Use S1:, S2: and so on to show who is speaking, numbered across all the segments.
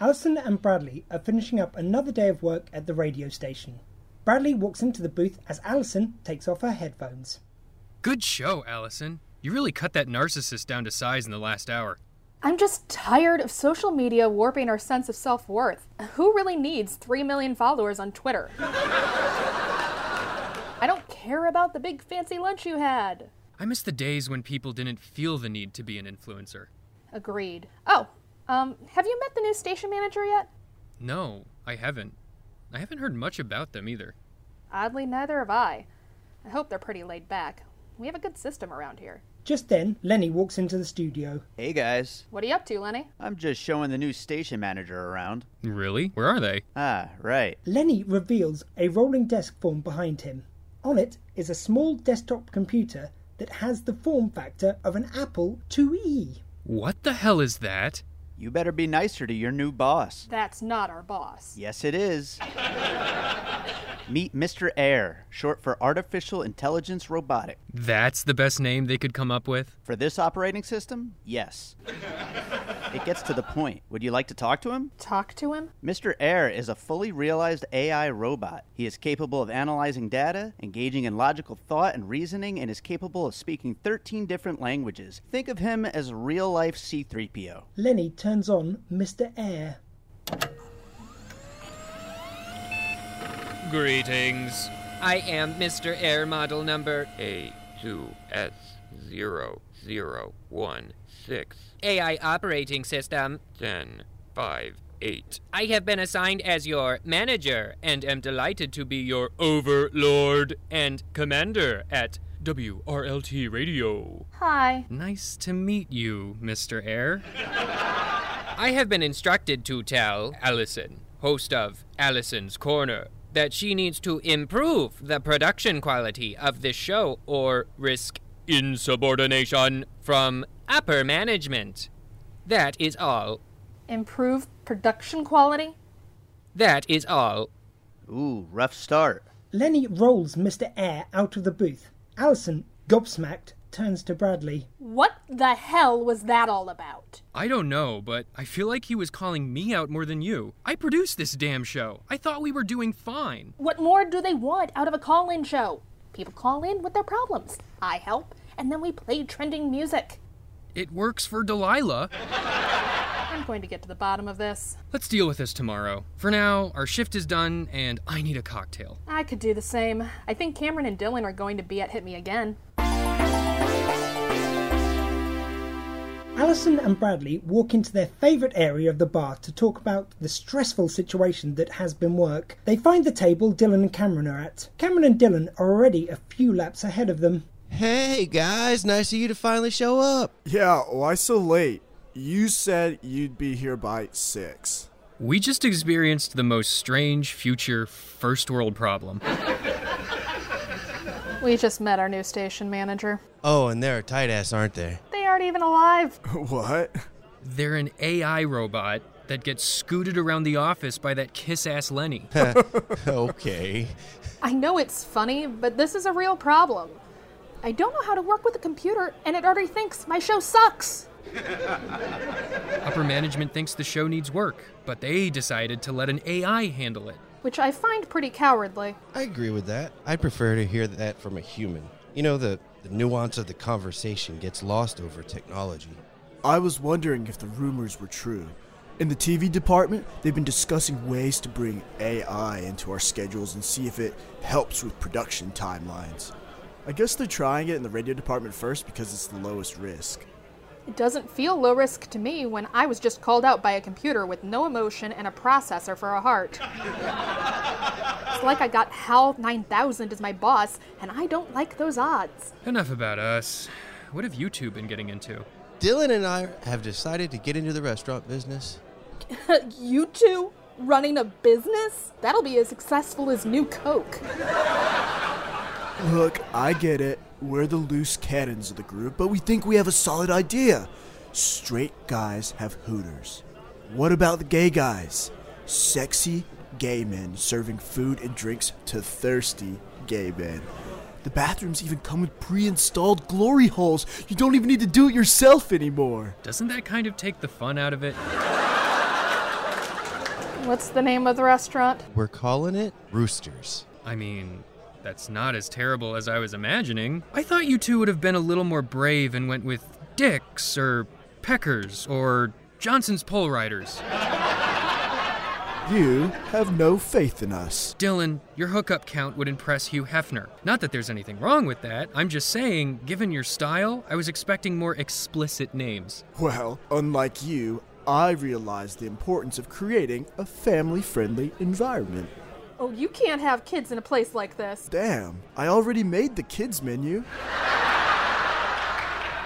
S1: Justin and Bradley are finishing up another day of work at the radio station. Bradley walks into the booth as Allison takes off her headphones.
S2: Good show, Allison. You really cut that narcissist down to size in the last hour.
S3: I'm just tired of social media warping our sense of self worth. Who really needs 3 million followers on Twitter? I don't care about the big fancy lunch you had.
S2: I miss the days when people didn't feel the need to be an influencer.
S3: Agreed. Oh, um, have you met the new station manager yet?
S2: No, I haven't. I haven't heard much about them either.
S3: Oddly, neither have I. I hope they're pretty laid back. We have a good system around here.
S1: Just then, Lenny walks into the studio.
S4: Hey guys,
S3: What are you up to, Lenny?
S4: I'm just showing the new station manager around.
S2: Really? Where are they?
S4: Ah, right.
S1: Lenny reveals a rolling desk form behind him. On it is a small desktop computer that has the form factor of an Apple E. IIe.
S2: What the hell is that?
S4: You better be nicer to your new boss.
S3: That's not our boss.
S4: Yes, it is. Meet Mr. Air, short for Artificial Intelligence Robotic.
S2: That's the best name they could come up with?
S4: For this operating system, yes. It gets to the point. Would you like to talk to him?
S3: Talk to him?
S4: Mr. Air is a fully realized AI robot. He is capable of analyzing data, engaging in logical thought and reasoning, and is capable of speaking 13 different languages. Think of him as real life C3PO.
S1: Lenny turns on Mr. Air.
S2: Greetings. I am Mr. Air Model number
S5: A2S00161058.
S2: AI Operating System. I have been assigned as your manager and am delighted to be your overlord and commander at WRLT Radio.
S3: Hi.
S2: Nice to meet you, Mr. Air. I have been instructed to tell Allison, host of Allison's Corner, that she needs to improve the production quality of this show or risk insubordination from upper management. That is all.
S3: Improve production quality?
S2: That is all.
S4: Ooh, rough start.
S1: Lenny rolls Mr. Air out of the booth. Allison, gobsmacked, turns to Bradley.
S3: What the hell was that all about?
S2: I don't know, but I feel like he was calling me out more than you. I produced this damn show. I thought we were doing fine.
S3: What more do they want out of a call in show? People call in with their problems. I help, and then we play trending music.
S2: It works for Delilah.
S3: I'm going to get to the bottom of this.
S2: Let's deal with this tomorrow. For now, our shift is done and I need a cocktail.
S3: I could do the same. I think Cameron and Dylan are going to be at Hit Me Again.
S1: Allison and Bradley walk into their favourite area of the bar to talk about the stressful situation that has been work. They find the table Dylan and Cameron are at. Cameron and Dylan are already a few laps ahead of them.
S6: Hey guys, nice of you to finally show up.
S7: Yeah, why so late? You said you'd be here by 6.
S2: We just experienced the most strange future first world problem.
S3: We just met our new station manager.
S6: Oh, and they're a tight ass, aren't they?
S3: They aren't even alive.
S7: what?
S2: They're an AI robot that gets scooted around the office by that kiss ass Lenny.
S6: okay.
S3: I know it's funny, but this is a real problem. I don't know how to work with a computer, and it already thinks my show sucks.
S2: Upper management thinks the show needs work, but they decided to let an AI handle it.
S3: Which I find pretty cowardly.
S6: I agree with that. I'd prefer to hear that from a human. You know, the, the nuance of the conversation gets lost over technology.
S7: I was wondering if the rumors were true. In the TV department, they've been discussing ways to bring AI into our schedules and see if it helps with production timelines. I guess they're trying it in the radio department first because it's the lowest risk.
S3: It doesn't feel low risk to me when I was just called out by a computer with no emotion and a processor for a heart. it's like I got HAL 9000 as my boss, and I don't like those odds.
S2: Enough about us. What have you two been getting into?
S6: Dylan and I have decided to get into the restaurant business.
S3: You two running a business? That'll be as successful as New Coke.
S7: Look, I get it. We're the loose cannons of the group, but we think we have a solid idea. Straight guys have hooters. What about the gay guys? Sexy gay men serving food and drinks to thirsty gay men. The bathrooms even come with pre installed glory holes. You don't even need to do it yourself anymore.
S2: Doesn't that kind of take the fun out of it?
S3: What's the name of the restaurant?
S6: We're calling it Roosters.
S2: I mean, that's not as terrible as I was imagining. I thought you two would have been a little more brave and went with Dick's or Peckers or Johnson's Pole Riders.
S7: You have no faith in us.
S2: Dylan, your hookup count would impress Hugh Hefner. Not that there's anything wrong with that. I'm just saying, given your style, I was expecting more explicit names.
S7: Well, unlike you, I realize the importance of creating a family friendly environment.
S3: Oh, you can't have kids in a place like this.
S7: Damn, I already made the kids menu.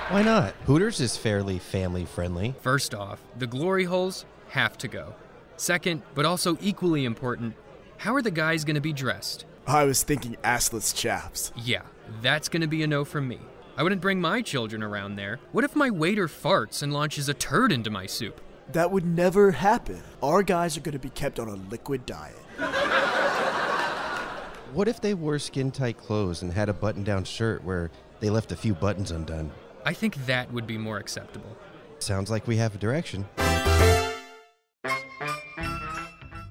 S6: Why not? Hooters is fairly family friendly.
S2: First off, the glory holes have to go. Second, but also equally important, how are the guys going to be dressed?
S7: I was thinking assless chaps.
S2: Yeah, that's going to be a no from me. I wouldn't bring my children around there. What if my waiter farts and launches a turd into my soup?
S7: That would never happen. Our guys are going to be kept on a liquid diet.
S6: What if they wore skin tight clothes and had a button down shirt where they left a few buttons undone?
S2: I think that would be more acceptable.
S6: Sounds like we have a direction.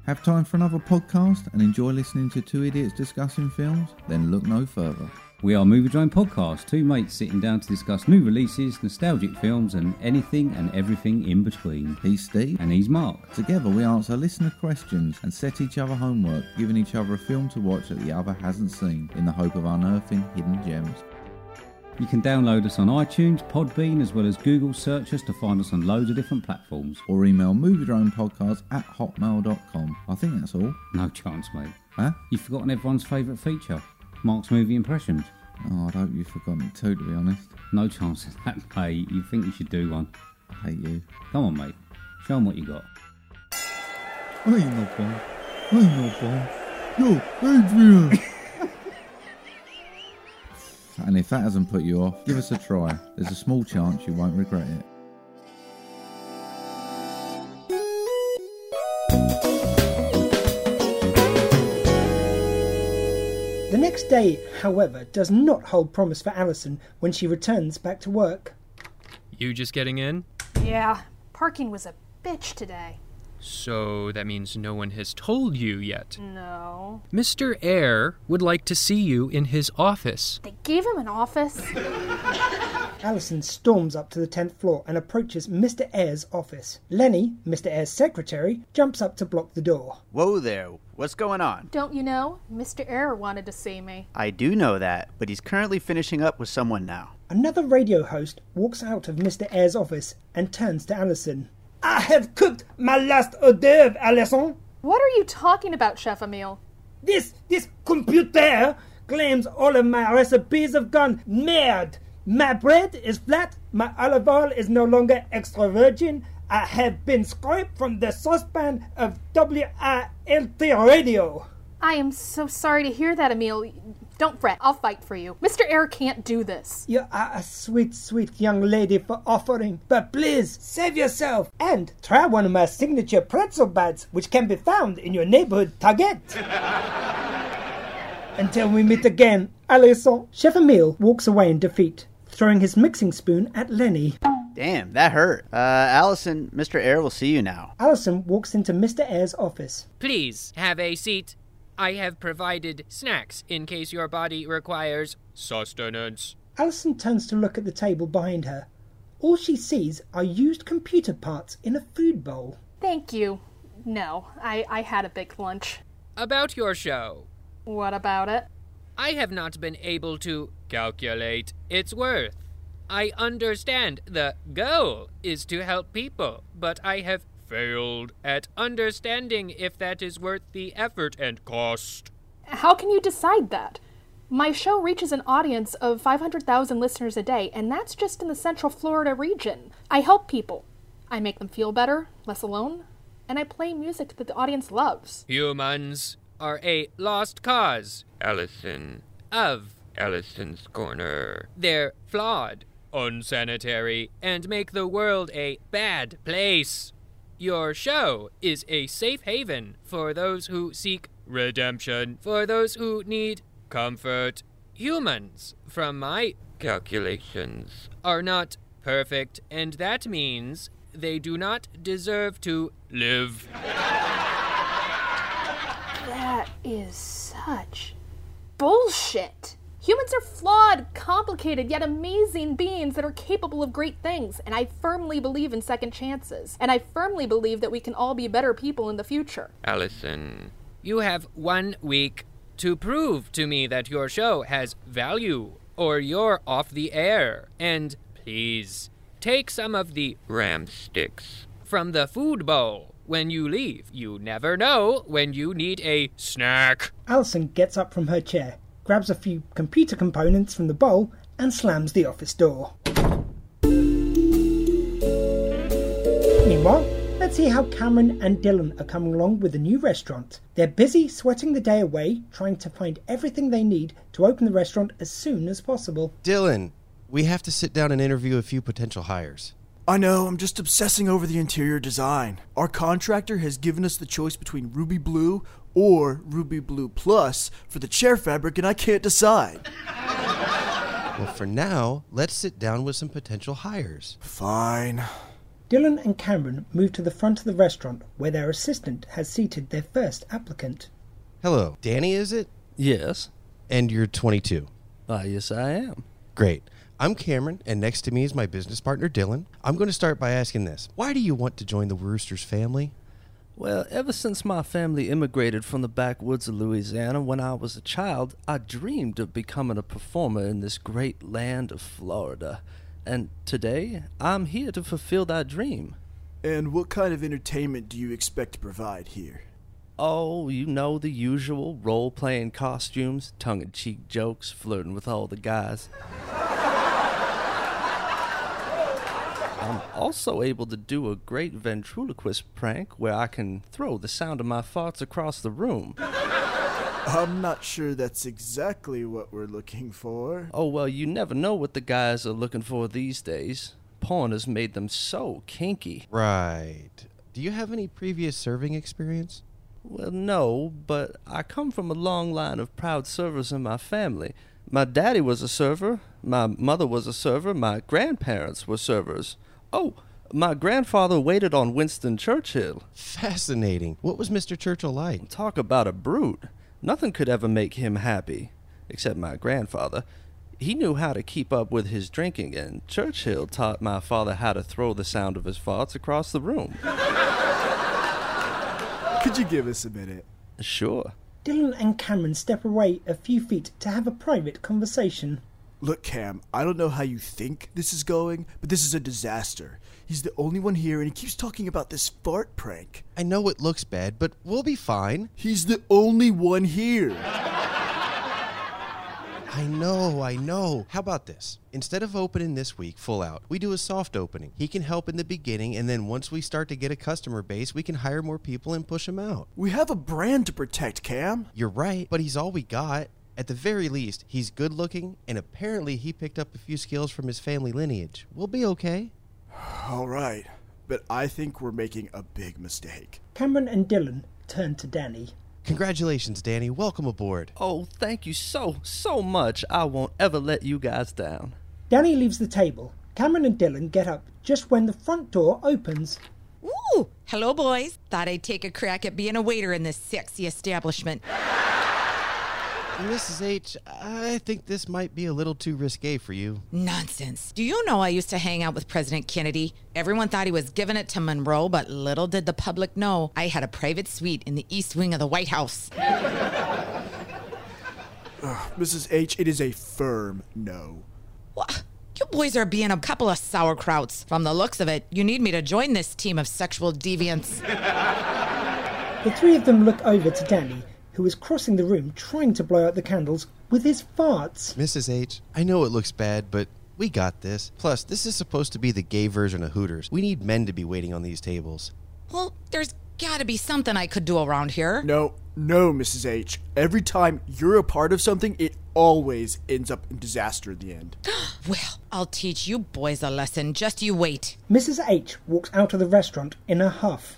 S5: Have time for another podcast and enjoy listening to two idiots discussing films? Then look no further.
S8: We are Movie Drone Podcast, two mates sitting down to discuss new releases, nostalgic films, and anything and everything in between.
S5: He's Steve,
S8: And he's Mark.
S5: Together, we answer listener questions and set each other homework, giving each other a film to watch that the other hasn't seen, in the hope of unearthing hidden gems.
S8: You can download us on iTunes, Podbean, as well as Google search us to find us on loads of different platforms.
S5: Or email moviedronepodcast at hotmail.com. I think that's all.
S8: No chance, mate.
S5: Huh?
S8: You've forgotten everyone's favourite feature Mark's movie impressions.
S5: Oh, I'd hope you've forgotten it too, to be honest.
S8: No chance of that, mate. You think you should do one?
S5: Hate you.
S8: Come on, mate. Show 'em what you got.
S5: I ain't no bomb. I ain't no bomb. Yo, Adrian! and if that hasn't put you off, give us a try. There's a small chance you won't regret it.
S1: The next day, however, does not hold promise for Alison when she returns back to work.
S2: You just getting in?
S3: Yeah, parking was a bitch today.
S2: So that means no one has told you yet.
S3: No.
S2: Mr. Eyre would like to see you in his office.
S3: They gave him an office?
S1: Alison storms up to the 10th floor and approaches Mr. Eyre's office. Lenny, Mr. Eyre's secretary, jumps up to block the door.
S4: Whoa there, what's going on?
S3: Don't you know? Mr. Air wanted to see me.
S4: I do know that, but he's currently finishing up with someone now.
S1: Another radio host walks out of Mr. Eyre's office and turns to Alison. I have cooked my last hors d'oeuvre, Alison.
S3: What are you talking about, Chef Emil?
S1: This this computer claims all of my recipes have gone mad. My bread is flat. My olive oil is no longer extra virgin. I have been scraped from the saucepan of WILT radio.
S3: I am so sorry to hear that, Emil. Don't fret, I'll fight for you. Mr. Air can't do this.
S1: You are a sweet, sweet young lady for offering, but please save yourself and try one of my signature pretzel bites, which can be found in your neighborhood Target. Until we meet again, Alison. Chef Emile walks away in defeat, throwing his mixing spoon at Lenny.
S4: Damn, that hurt. Uh, Allison, Mr. Air will see you now.
S1: Alison walks into Mr. Eyre's office.
S2: Please have a seat. I have provided snacks in case your body requires sustenance.
S1: Alison turns to look at the table behind her. All she sees are used computer parts in a food bowl.
S3: Thank you. No, I, I had a big lunch.
S2: About your show,
S3: What about it?
S2: I have not been able to calculate its worth. I understand the goal is to help people, but I have failed at understanding if that is worth the effort and cost.
S3: How can you decide that? My show reaches an audience of 500,000 listeners a day, and that's just in the Central Florida region. I help people. I make them feel better, less alone, and I play music that the audience loves.
S2: Humans are a lost cause. Allison. Of Allison's Corner. They're flawed, unsanitary, and make the world a bad place. Your show is a safe haven for those who seek redemption, for those who need comfort. Humans, from my calculations, are not perfect, and that means they do not deserve to live.
S3: is such bullshit. Humans are flawed, complicated, yet amazing beings that are capable of great things, and I firmly believe in second chances. And I firmly believe that we can all be better people in the future.
S2: Allison, you have one week to prove to me that your show has value or you're off the air. And please, take some of the ram sticks from the food bowl when you leave. You never know when you need a snack.
S1: Alison gets up from her chair, grabs a few computer components from the bowl, and slams the office door. Meanwhile, let's see how Cameron and Dylan are coming along with the new restaurant. They're busy sweating the day away, trying to find everything they need to open the restaurant as soon as possible.
S6: Dylan, we have to sit down and interview a few potential hires.
S7: I know, I'm just obsessing over the interior design. Our contractor has given us the choice between Ruby Blue or Ruby Blue Plus for the chair fabric, and I can't decide.
S6: Well, for now, let's sit down with some potential hires.
S7: Fine.
S1: Dylan and Cameron move to the front of the restaurant where their assistant has seated their first applicant.
S6: Hello, Danny, is it?
S9: Yes.
S6: And you're 22.
S9: Ah, yes, I am.
S6: Great. I'm Cameron, and next to me is my business partner, Dylan. I'm going to start by asking this Why do you want to join the Roosters family?
S9: Well, ever since my family immigrated from the backwoods of Louisiana when I was a child, I dreamed of becoming a performer in this great land of Florida. And today, I'm here to fulfill that dream.
S7: And what kind of entertainment do you expect to provide here?
S9: Oh, you know the usual role playing costumes, tongue in cheek jokes, flirting with all the guys. I'm also able to do a great ventriloquist prank where I can throw the sound of my farts across the room.
S7: I'm not sure that's exactly what we're looking for.
S9: Oh, well, you never know what the guys are looking for these days. Porn has made them so kinky.
S6: Right. Do you have any previous serving experience?
S9: Well, no, but I come from a long line of proud servers in my family. My daddy was a server, my mother was a server, my grandparents were servers. Oh, my grandfather waited on Winston Churchill.
S6: Fascinating. What was Mr. Churchill like?
S9: Talk about a brute. Nothing could ever make him happy, except my grandfather. He knew how to keep up with his drinking, and Churchill taught my father how to throw the sound of his farts across the room.
S7: Could you give us a minute?
S9: Sure.
S1: Dylan and Cameron step away a few feet to have a private conversation.
S7: Look, Cam, I don't know how you think this is going, but this is a disaster. He's the only one here, and he keeps talking about this fart prank.
S6: I know it looks bad, but we'll be fine.
S7: He's the only one here.
S6: I know, I know. How about this? Instead of opening this week full out, we do a soft opening. He can help in the beginning, and then once we start to get a customer base, we can hire more people and push them out.
S7: We have a brand to protect, Cam.
S6: You're right, but he's all we got. At the very least, he's good looking, and apparently he picked up a few skills from his family lineage. We'll be okay.
S7: All right, but I think we're making a big mistake.
S1: Cameron and Dylan turn to Danny.
S6: Congratulations, Danny. Welcome aboard.
S9: Oh, thank you so, so much. I won't ever let you guys down.
S1: Danny leaves the table. Cameron and Dylan get up just when the front door opens.
S10: Ooh, hello, boys. Thought I'd take a crack at being a waiter in this sexy establishment.
S6: Mrs. H, I think this might be a little too risque for you.
S10: Nonsense. Do you know I used to hang out with President Kennedy? Everyone thought he was giving it to Monroe, but little did the public know I had a private suite in the east wing of the White House.
S7: Mrs. H, it is a firm no.
S10: Wha- You boys are being a couple of sauerkrauts. From the looks of it, you need me to join this team of sexual deviants.
S1: The three of them look over to Danny, who is crossing the room trying to blow out the candles with his farts.
S6: Mrs. H, I know it looks bad, but we got this. Plus, this is supposed to be the gay version of Hooters. We need men to be waiting on these tables.
S10: Well, there's gotta be something I could do around here.
S7: No, no, Mrs. H. Every time you're a part of something, it always ends up in disaster in the end.
S10: Well, I'll teach you boys a lesson. Just you wait.
S1: Mrs. H walks out of the restaurant in a huff.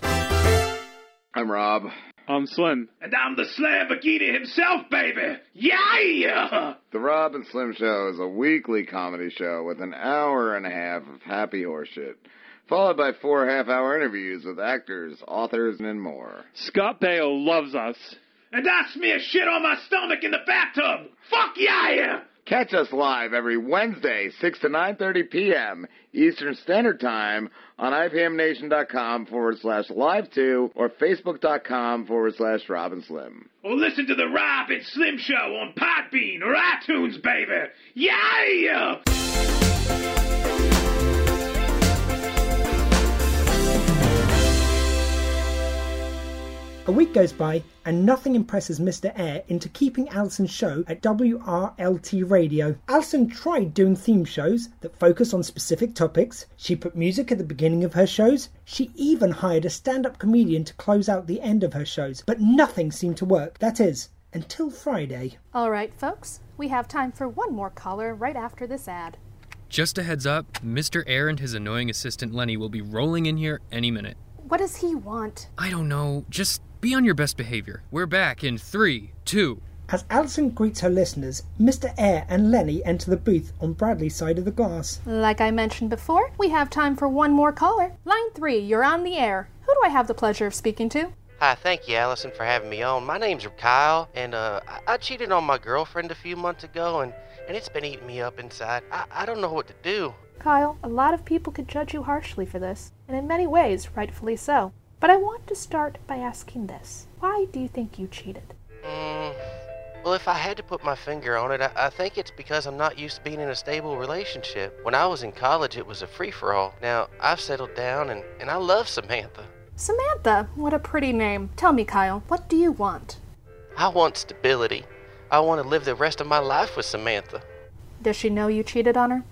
S11: I'm Rob.
S12: I'm Slim.
S11: And I'm the Slambagini himself, baby! Yeah! The Rob and Slim Show is a weekly comedy show with an hour and a half of happy horseshit, followed by four half hour interviews with actors, authors, and more.
S12: Scott Baio loves us. and I smear shit on my stomach in the bathtub. Fuck yeah, yeah.
S11: Catch us live every Wednesday, 6 to 9.30 p.m. Eastern Standard Time on IPMNation.com forward slash live to or Facebook.com forward slash Robin Slim.
S12: Or Oh, listen to the Rob and Slim Show on Podbean or iTunes, baby. Yeah, yeah.
S1: A week goes by, and nothing impresses Mr. Air into keeping Alison's show at WRLT Radio. Alison tried doing theme shows that focus on specific topics. She put music at the beginning of her shows. She even hired a stand up comedian to close out the end of her shows, but nothing seemed to work. That is, until Friday.
S3: All right, folks, we have time for one more caller right after this ad.
S2: Just a heads up, Mr. Air and his annoying assistant Lenny will be rolling in here any minute.
S3: What does he want?
S2: I don't know, just be on your best behavior. We're back in three, two.
S1: As Alison greets her listeners, Mr. Air and Lenny enter the booth on Bradley's side of the glass.
S3: Like I mentioned before, we have time for one more caller. Line three, you're on the air. Who do I have the pleasure of speaking to?
S13: Hi, thank you, Allison, for having me on. My name's Kyle, and uh, I-, I cheated on my girlfriend a few months ago, and, and it's been eating me up inside. I-, I don't know what to do.
S3: Kyle, a lot of people could judge you harshly for this, and in many ways, rightfully so. But I want to start by asking this Why do you think you cheated?
S13: Mm, well, if I had to put my finger on it, I, I think it's because I'm not used to being in a stable relationship. When I was in college, it was a free for all. Now, I've settled down, and, and I love Samantha.
S3: Samantha, what a pretty name. Tell me, Kyle, what do you want?
S13: I want stability. I want to live the rest of my life with Samantha.
S3: Does she know you cheated on her?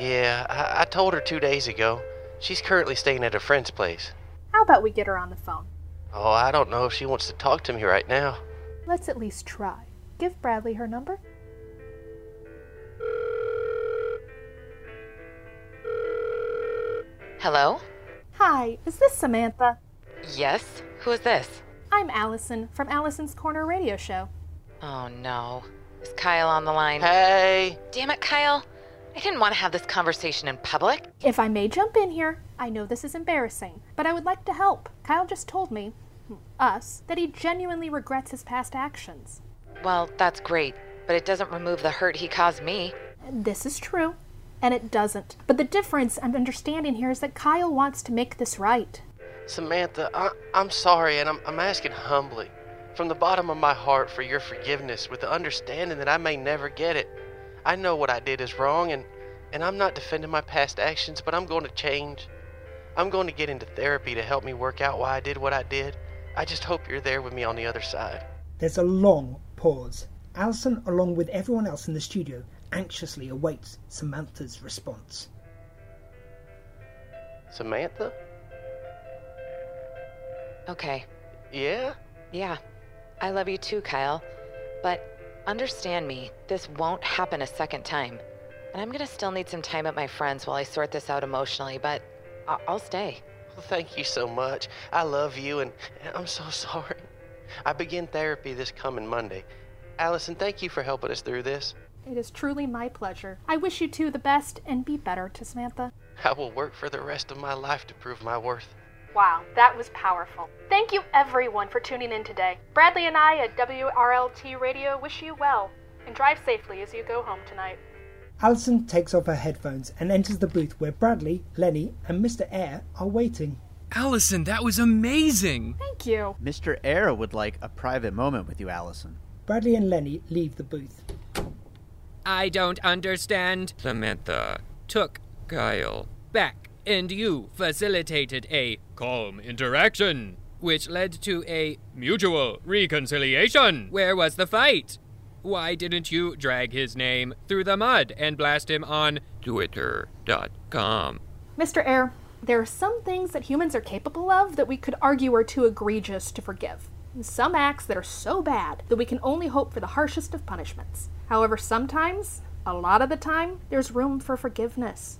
S13: Yeah, I, I told her two days ago. She's currently staying at a friend's place.
S3: How about we get her on the phone?
S13: Oh, I don't know if she wants to talk to me right now.
S3: Let's at least try. Give Bradley her number.
S14: Hello?
S3: Hi, is this Samantha?
S14: Yes? Who is this?
S3: I'm Allison from Allison's Corner Radio Show.
S14: Oh no. Is Kyle on the line?
S13: Hey!
S14: Damn it, Kyle. I didn't want to have this conversation in public.
S3: If I may jump in here, I know this is embarrassing, but I would like to help. Kyle just told me, us, that he genuinely regrets his past actions.
S14: Well, that's great, but it doesn't remove the hurt he caused me.
S3: This is true, and it doesn't. But the difference I'm understanding here is that Kyle wants to make this right.
S13: Samantha, I, I'm sorry, and I'm, I'm asking humbly, from the bottom of my heart, for your forgiveness with the understanding that I may never get it. I know what I did is wrong, and, and I'm not defending my past actions, but I'm going to change. I'm going to get into therapy to help me work out why I did what I did. I just hope you're there with me on the other side.
S1: There's a long pause. Alison, along with everyone else in the studio, anxiously awaits Samantha's response.
S13: Samantha?
S14: Okay.
S13: Yeah?
S14: Yeah. I love you too, Kyle. But understand me, this won't happen a second time. And I'm gonna still need some time at my friends while I sort this out emotionally, but I- I'll stay.
S13: Well, thank you so much. I love you, and and I'm so sorry. I begin therapy this coming Monday. Allison, thank you for helping us through this.
S3: It is truly my pleasure. I wish you two the best and be better to Samantha.
S13: I will work for the rest of my life to prove my worth.
S3: Wow, that was powerful. Thank you everyone for tuning in today. Bradley and I at WRLT Radio wish you well and drive safely as you go home tonight.
S1: Alison takes off her headphones and enters the booth where Bradley, Lenny, and Mr. Air are waiting.
S2: Allison, that was amazing!
S3: Thank you.
S4: Mr. Air would like a private moment with you, Allison.
S1: Bradley and Lenny leave the booth.
S2: I don't understand. Samantha took Kyle back, and you facilitated a calm interaction, which led to a mutual reconciliation. Where was the fight? Why didn't you drag his name through the mud and blast him on Twitter.com?
S3: Mr. Air, there are some things that humans are capable of that we could argue are too egregious to forgive. Some acts that are so bad that we can only hope for the harshest of punishments. However, sometimes, a lot of the time, there's room for forgiveness.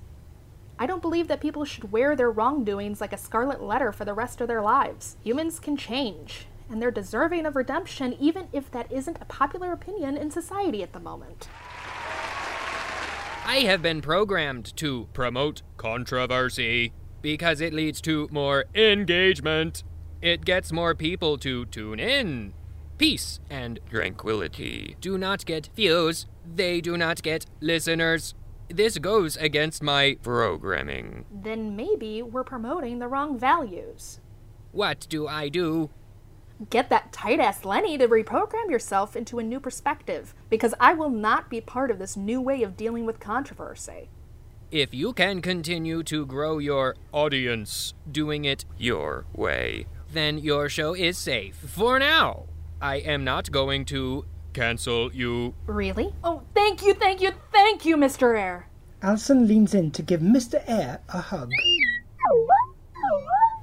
S3: I don't believe that people should wear their wrongdoings like a scarlet letter for the rest of their lives. Humans can change, and they're deserving of redemption even if that isn't a popular opinion in society at the moment.
S2: I have been programmed to promote controversy because it leads to more engagement. It gets more people to tune in. peace and tranquility do not get views, they do not get listeners. This goes against my programming.
S3: Then maybe we're promoting the wrong values.
S2: What do I do?
S3: Get that tight ass Lenny to reprogram yourself into a new perspective, because I will not be part of this new way of dealing with controversy.
S2: If you can continue to grow your audience doing it your way, then your show is safe for now. I am not going to cancel you.
S3: Really? Oh, thank you, thank you, thank you, Mr. Air.
S1: Alison leans in to give Mr. Air a hug.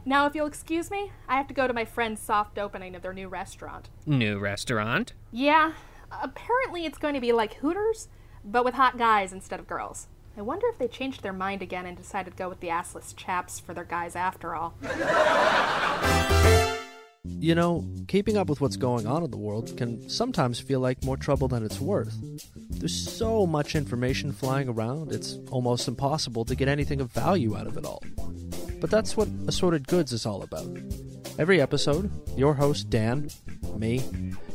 S3: Now, if you'll excuse me, I have to go to my friend's soft opening of their new restaurant.
S2: New restaurant?
S3: Yeah, apparently it's going to be like Hooters, but with hot guys instead of girls. I wonder if they changed their mind again and decided to go with the assless chaps for their guys after all.
S9: You know, keeping up with what's going on in the world can sometimes feel like more trouble than it's worth. There's so much information flying around, it's almost impossible to get anything of value out of it all. But that's what Assorted Goods is all about. Every episode, your host, Dan, me,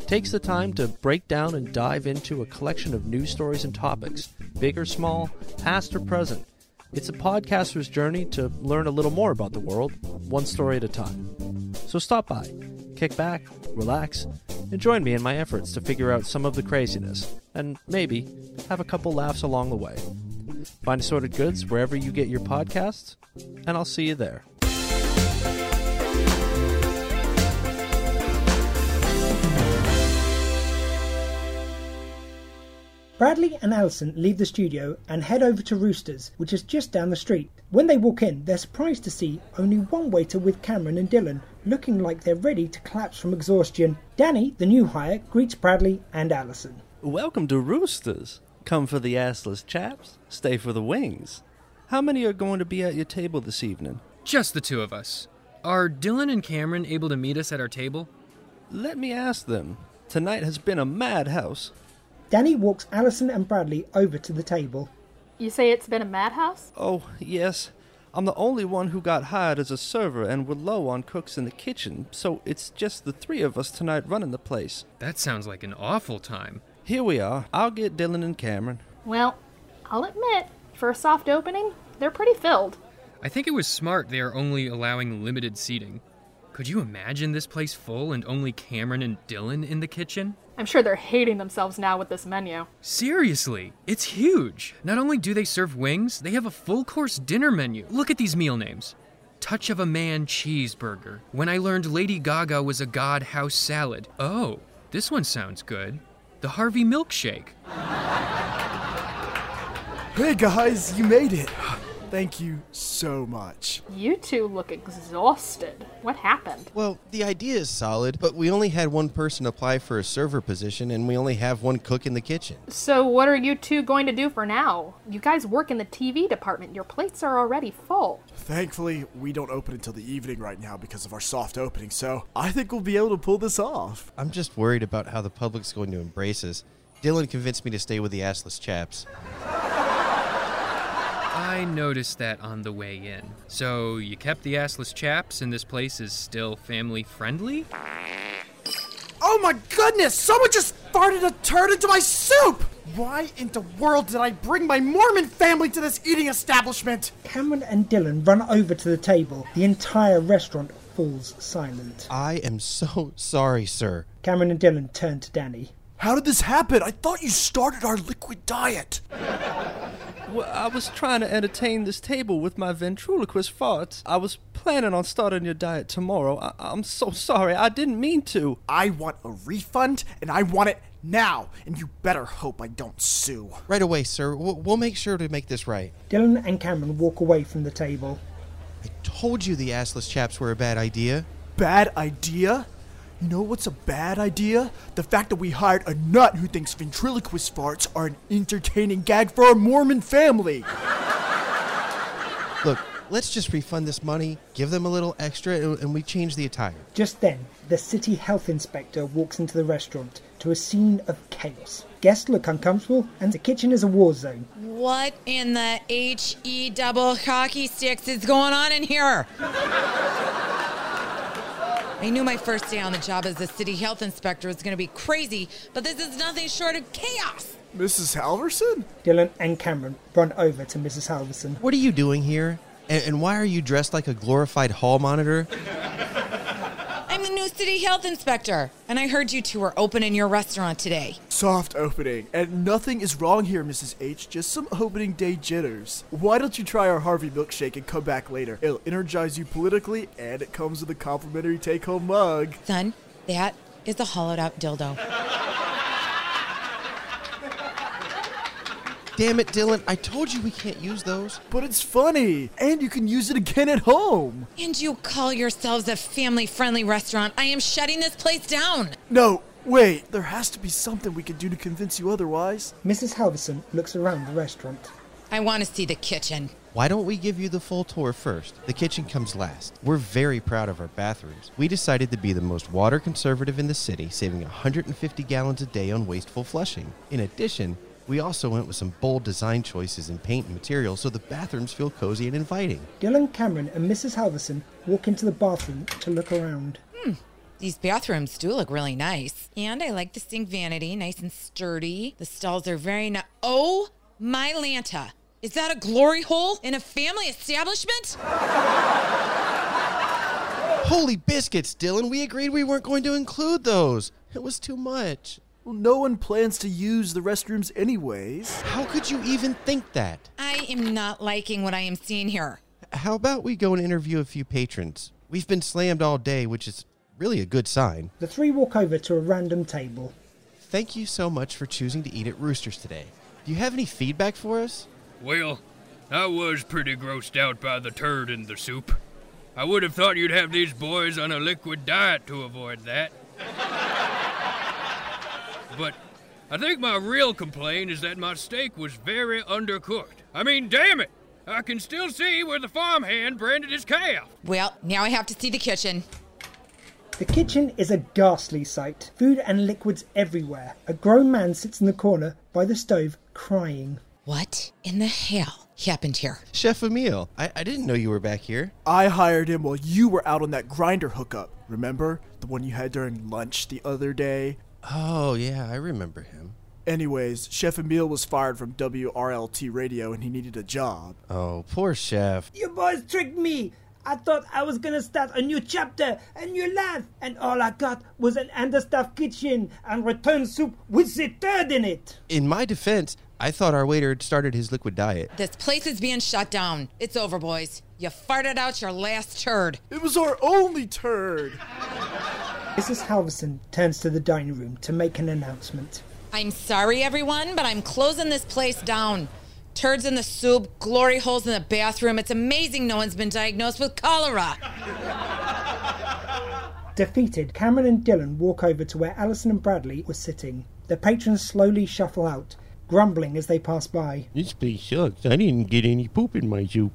S9: takes the time to break down and dive into a collection of news stories and topics, big or small, past or present. It's a podcaster's journey to learn a little more about the world, one story at a time. So stop by, kick back, relax, and join me in my efforts to figure out some of the craziness, and maybe have a couple laughs along the way. Find Assorted Goods wherever you get your podcasts, and I'll see you there.
S1: Bradley and Alison leave the studio and head over to Roosters, which is just down the street. When they walk in, they're surprised to see only one waiter with Cameron and Dylan, looking like they're ready to collapse from exhaustion. Danny, the new hire, greets Bradley and Alison.
S9: Welcome to Roosters. Come for the assless chaps, stay for the wings. How many are going to be at your table this evening?
S2: Just the two of us. Are Dylan and Cameron able to meet us at our table?
S9: Let me ask them. Tonight has been a madhouse.
S1: Danny walks Alison and Bradley over to the table.
S3: You say it's been a madhouse?
S9: Oh, yes. I'm the only one who got hired as a server, and we're low on cooks in the kitchen, so it's just the three of us tonight running the place.
S2: That sounds like an awful time.
S9: Here we are. I'll get Dylan and Cameron.
S3: Well, I'll admit, for a soft opening, they're pretty filled.
S2: I think it was smart they are only allowing limited seating. Could you imagine this place full and only Cameron and Dylan in the kitchen?
S3: I'm sure they're hating themselves now with this menu.
S2: Seriously, it's huge. Not only do they serve wings, they have a full course dinner menu. Look at these meal names Touch of a Man cheeseburger. When I learned Lady Gaga was a god house salad. Oh, this one sounds good. The Harvey milkshake.
S7: Hey guys, you made it. Thank you so much.
S3: You two look exhausted. What happened?
S6: Well, the idea is solid, but we only had one person apply for a server position and we only have one cook in the kitchen.
S3: So, what are you two going to do for now? You guys work in the TV department. Your plates are already full.
S7: Thankfully, we don't open until the evening right now because of our soft opening, so I think we'll be able to pull this off.
S6: I'm just worried about how the public's going to embrace us. Dylan convinced me to stay with the assless chaps.
S2: I noticed that on the way in. So, you kept the assless chaps, and this place is still family friendly?
S15: Oh my goodness! Someone just farted a turd into my soup! Why in the world did I bring my Mormon family to this eating establishment?
S1: Cameron and Dylan run over to the table. The entire restaurant falls silent.
S6: I am so sorry, sir.
S1: Cameron and Dylan turn to Danny.
S7: How did this happen? I thought you started our liquid diet.
S9: Well, I was trying to entertain this table with my ventriloquist farts. I was planning on starting your diet tomorrow. I- I'm so sorry. I didn't mean to.
S15: I want a refund, and I want it now. And you better hope I don't sue.
S6: Right away, sir. We'll we'll make sure to make this right.
S1: Dylan and Cameron walk away from the table.
S6: Told you the assless chaps were a bad idea.
S7: Bad idea? You know what's a bad idea? The fact that we hired a nut who thinks ventriloquist farts are an entertaining gag for our Mormon family.
S6: Look, let's just refund this money, give them a little extra, and and we change the attire.
S1: Just then, the city health inspector walks into the restaurant to a scene of chaos. Guests look uncomfortable, and the kitchen is a war zone.
S10: What in the H E double hockey sticks is going on in here? I knew my first day on the job as the city health inspector was going to be crazy, but this is nothing short of chaos.
S7: Mrs. Halverson?
S1: Dylan and Cameron run over to Mrs. Halverson.
S6: What are you doing here? And, and why are you dressed like a glorified hall monitor?
S10: I'm the new city health inspector, and I heard you two were opening your restaurant today.
S7: Soft opening. And nothing is wrong here, Mrs. H. Just some opening day jitters. Why don't you try our Harvey milkshake and come back later? It'll energize you politically, and it comes with a complimentary take home mug.
S10: Son, that is a hollowed out dildo.
S6: Damn it, Dylan, I told you we can't use those.
S7: But it's funny, and you can use it again at home.
S10: And you call yourselves a family friendly restaurant. I am shutting this place down.
S7: No, wait, there has to be something we can do to convince you otherwise.
S1: Mrs. Halverson looks around the restaurant.
S10: I want to see the kitchen.
S6: Why don't we give you the full tour first? The kitchen comes last. We're very proud of our bathrooms. We decided to be the most water conservative in the city, saving 150 gallons a day on wasteful flushing. In addition, we also went with some bold design choices in paint and materials so the bathrooms feel cozy and inviting.
S1: Dylan, Cameron, and Mrs. Halverson walk into the bathroom to look around.
S10: These bathrooms do look really nice. And I like the sink vanity, nice and sturdy. The stalls are very nice. Oh my Lanta! Is that a glory hole in a family establishment?
S6: Holy biscuits, Dylan, we agreed we weren't going to include those. It was too much.
S7: Well, no one plans to use the restrooms anyways.
S6: How could you even think that?
S10: I am not liking what I am seeing here.
S6: How about we go and interview a few patrons? We've been slammed all day, which is really a good sign.
S1: The three walk over to a random table.
S6: Thank you so much for choosing to eat at Roosters today. Do you have any feedback for us?
S16: Well, I was pretty grossed out by the turd in the soup. I would have thought you'd have these boys on a liquid diet to avoid that. but I think my real complaint is that my steak was very undercooked. I mean, damn it! I can still see where the farmhand branded his calf.
S10: Well, now I have to see the kitchen.
S1: The kitchen is a ghastly sight. Food and liquids everywhere. A grown man sits in the corner by the stove crying.
S10: What in the hell happened here?
S6: Chef Emil, I, I didn't know you were back here.
S7: I hired him while you were out on that grinder hookup. Remember? The one you had during lunch the other day?
S6: Oh, yeah, I remember him.
S7: Anyways, Chef Emil was fired from WRLT radio and he needed a job.
S6: Oh, poor chef.
S17: You boys tricked me. I thought I was gonna start a new chapter, a new life, and all I got was an understaffed kitchen and return soup with the turd in it.
S6: In my defense, I thought our waiter had started his liquid diet.
S10: This place is being shut down. It's over, boys. You farted out your last turd.
S7: It was our only turd.
S1: Mrs. Halverson turns to the dining room to make an announcement.
S10: I'm sorry, everyone, but I'm closing this place down. Turds in the soup, glory holes in the bathroom. It's amazing no one's been diagnosed with cholera.
S1: Defeated, Cameron and Dylan walk over to where Allison and Bradley were sitting. The patrons slowly shuffle out, grumbling as they pass by.
S18: This place sucks. I didn't get any poop in my soup.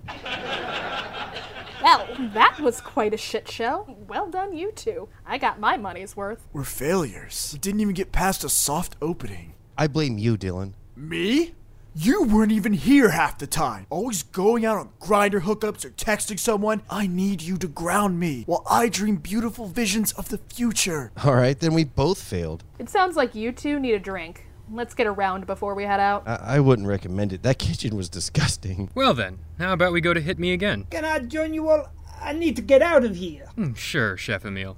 S3: Well, that was quite a shit show. Well done, you two. I got my money's worth.
S7: We're failures. We didn't even get past a soft opening.
S6: I blame you, Dylan.
S7: Me? You weren't even here half the time. Always going out on grinder hookups or texting someone. I need you to ground me while I dream beautiful visions of the future.
S6: All right, then we both failed.
S3: It sounds like you two need a drink. Let's get around before we head out.
S6: I, I wouldn't recommend it. That kitchen was disgusting.
S2: Well then, how about we go to Hit Me Again?
S17: Can I join you all? I need to get out of here.
S2: Hmm, Sure, Chef Emil.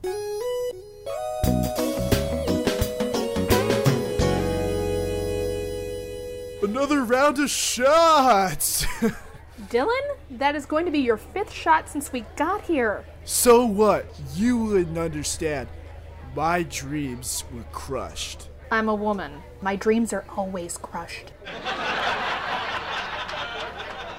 S7: Another round of shots!
S3: Dylan, that is going to be your fifth shot since we got here.
S7: so what? You wouldn't understand. My dreams were crushed.
S3: I'm a woman. My dreams are always crushed.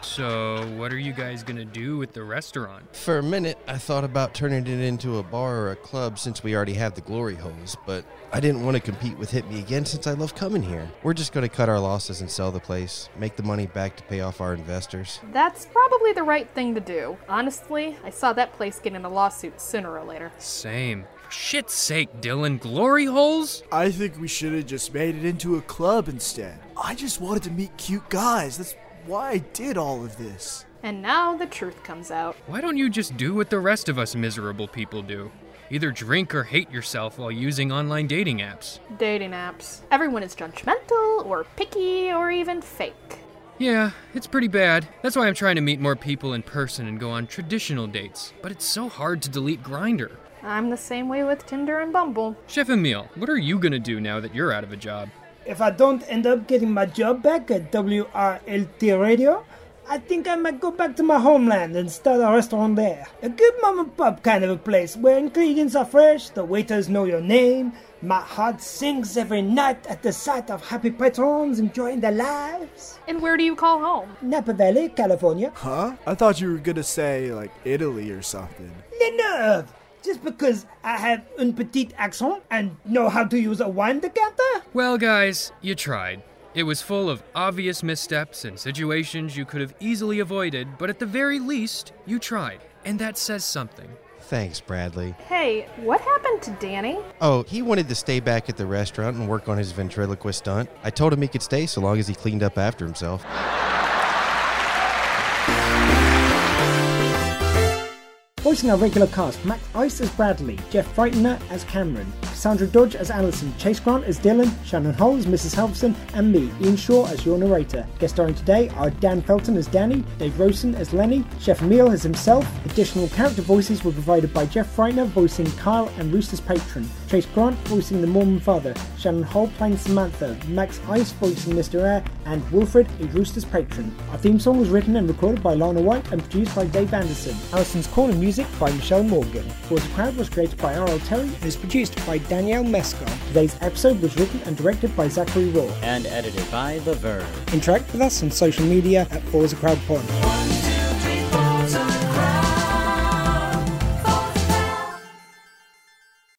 S2: So, what are you guys gonna do with the restaurant?
S6: For a minute, I thought about turning it into a bar or a club since we already have the glory holes, but I didn't want to compete with Hit Me Again since I love coming here. We're just going to cut our losses and sell the place, make the money back to pay off our investors.
S3: That's probably the right thing to do. Honestly, I saw that place get in a lawsuit sooner or later.
S2: Same. For shit's sake, Dylan, glory holes?
S7: I think we should have just made it into a club instead. I just wanted to meet cute guys. That's why I did all of this.
S3: And now the truth comes out.
S2: Why don't you just do what the rest of us miserable people do? Either drink or hate yourself while using online dating apps.
S3: Dating apps. Everyone is judgmental or picky or even fake.
S2: Yeah, it's pretty bad. That's why I'm trying to meet more people in person and go on traditional dates. But it's so hard to delete Grinder.
S3: I'm the same way with Tinder and Bumble.
S2: Chef Emil, what are you gonna do now that you're out of a job?
S17: If I don't end up getting my job back at WRLT Radio, I think I might go back to my homeland and start a restaurant there. A good mom and pop kind of a place where ingredients are fresh, the waiters know your name, my heart sings every night at the sight of happy patrons enjoying their lives.
S3: And where do you call home?
S17: Napa Valley, California.
S7: Huh? I thought you were gonna say, like, Italy or something.
S17: Nerve! Just because I have un petit accent and know how to use a wine decanter?
S2: Well, guys, you tried. It was full of obvious missteps and situations you could have easily avoided, but at the very least, you tried. And that says something.
S6: Thanks, Bradley.
S3: Hey, what happened to Danny?
S6: Oh, he wanted to stay back at the restaurant and work on his ventriloquist stunt. I told him he could stay so long as he cleaned up after himself.
S1: Voicing our regular cast, Matt Ice as Bradley, Jeff Freightener as Cameron, Cassandra Dodge as Allison, Chase Grant as Dylan, Shannon Hole as Mrs. Helfson, and me, Ian Shaw, as your narrator. Guest starring today are Dan Felton as Danny, Dave Rosen as Lenny, Chef Emil as himself. Additional character voices were provided by Jeff Freitner voicing Kyle and Rooster's patron, Chase Grant voicing the Mormon father, Shannon Hole playing Samantha, Max Ice voicing Mr. Air, and Wilfred is Rooster's patron. Our theme song was written and recorded by Lana White and produced by Dave Anderson. Allison's corner music by Michelle Morgan. For the Crowd was created by R.L. Terry and is produced by Danielle Mescal. Today's episode was written and directed by Zachary Raw.
S19: and edited by The Verve.
S1: Interact with us on social media at For the Crowd Pod.